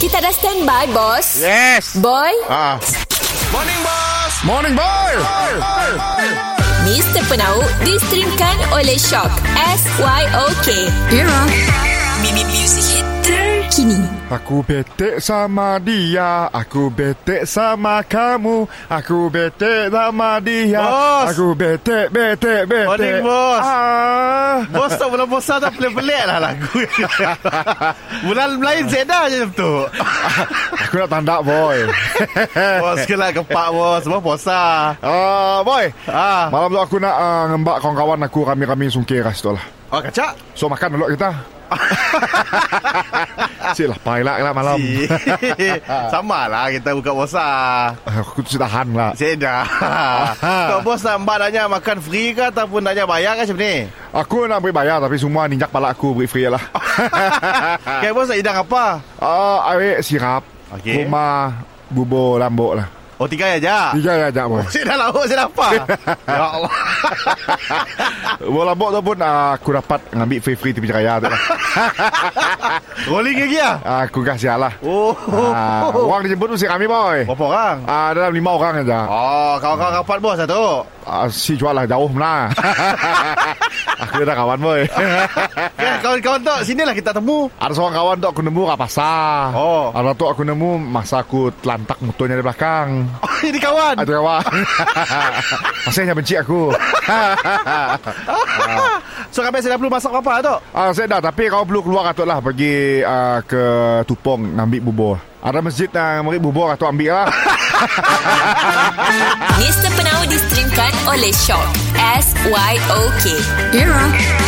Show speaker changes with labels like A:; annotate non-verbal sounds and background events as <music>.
A: Kita dah standby, bos.
B: Yes.
A: Boy,
B: Ah.
C: Morning, boss.
B: Morning, boy.
A: Mr. Penau distrimkan oleh Shock. S-Y-O-K. Era. Mimi Music Hit terkini.
B: Aku betek sama dia, aku betek sama kamu, aku betek sama dia,
C: Bos.
B: aku betek betek betek.
C: Morning, bos.
B: Ah.
C: Bos tak pernah bosan tak pelik-pelik lah lagu Bulan lain Zeda je macam tu
B: Aku nak tanda boy. <laughs>
C: Bos kelak lah kepak bos Bos bosan
B: Ah, boy.
C: lah. Ah,
B: Malam tu aku nak uh, ngembak kawan-kawan aku kami-kami sungkir kat situ lah.
C: Oh kacak
B: So makan dulu
C: <laughs>
B: kita. Cik lah, pailak lah malam.
C: Si. <laughs> Sama lah kita buka bosan
B: Aku tu tahan lah.
C: Zeda Kau bos nak mbak nanya makan free ke Ataupun nanya bayar ke macam ni
B: Aku nak beri bayar tapi semua ninjak pala aku beri free lah.
C: Kau bos nak hidang apa
B: Ah, awek sirap.
C: Okey.
B: Kuma bubur lambuk lah.
C: Oh tiga ya je <laughs>
B: Tiga ya ajak boy.
C: Saya dah lauk saya dah apa Ya Allah
B: Bubur lambuk tu pun ah, aku dapat ngambil free-free tepi raya
C: <laughs>
B: tu lah.
C: Rolling lagi lah
B: Ah, aku kasih lah.
C: Oh
B: Ah, orang dijemput tu si kami boy.
C: Berapa orang
B: Ah, dalam lima orang aja.
C: Oh kawan-kawan rapat bos lah tu
B: Ah, si jual lah jauh
C: <laughs>
B: mana. aku ada kawan boy.
C: Ya, kawan-kawan tu sinilah kita temu. <laughs>
B: Ada seorang kawan tu aku nemu kat pasar.
C: Oh.
B: Ada tu aku nemu masa aku telantak motornya dari belakang.
C: Oh, ini kawan.
B: Ada
C: <laughs>
B: kawan. Masih yang benci aku.
C: So kami saya dah perlu masak apa tu?
B: Ah, saya dah tapi kau perlu keluar katuk lah pergi ah, ke Tupong ambil bubur. Ada masjid yang ambil bubur katuk ambil lah.
A: Mr. Penau distrimkan oleh Shock. S-Y-O-K. Era.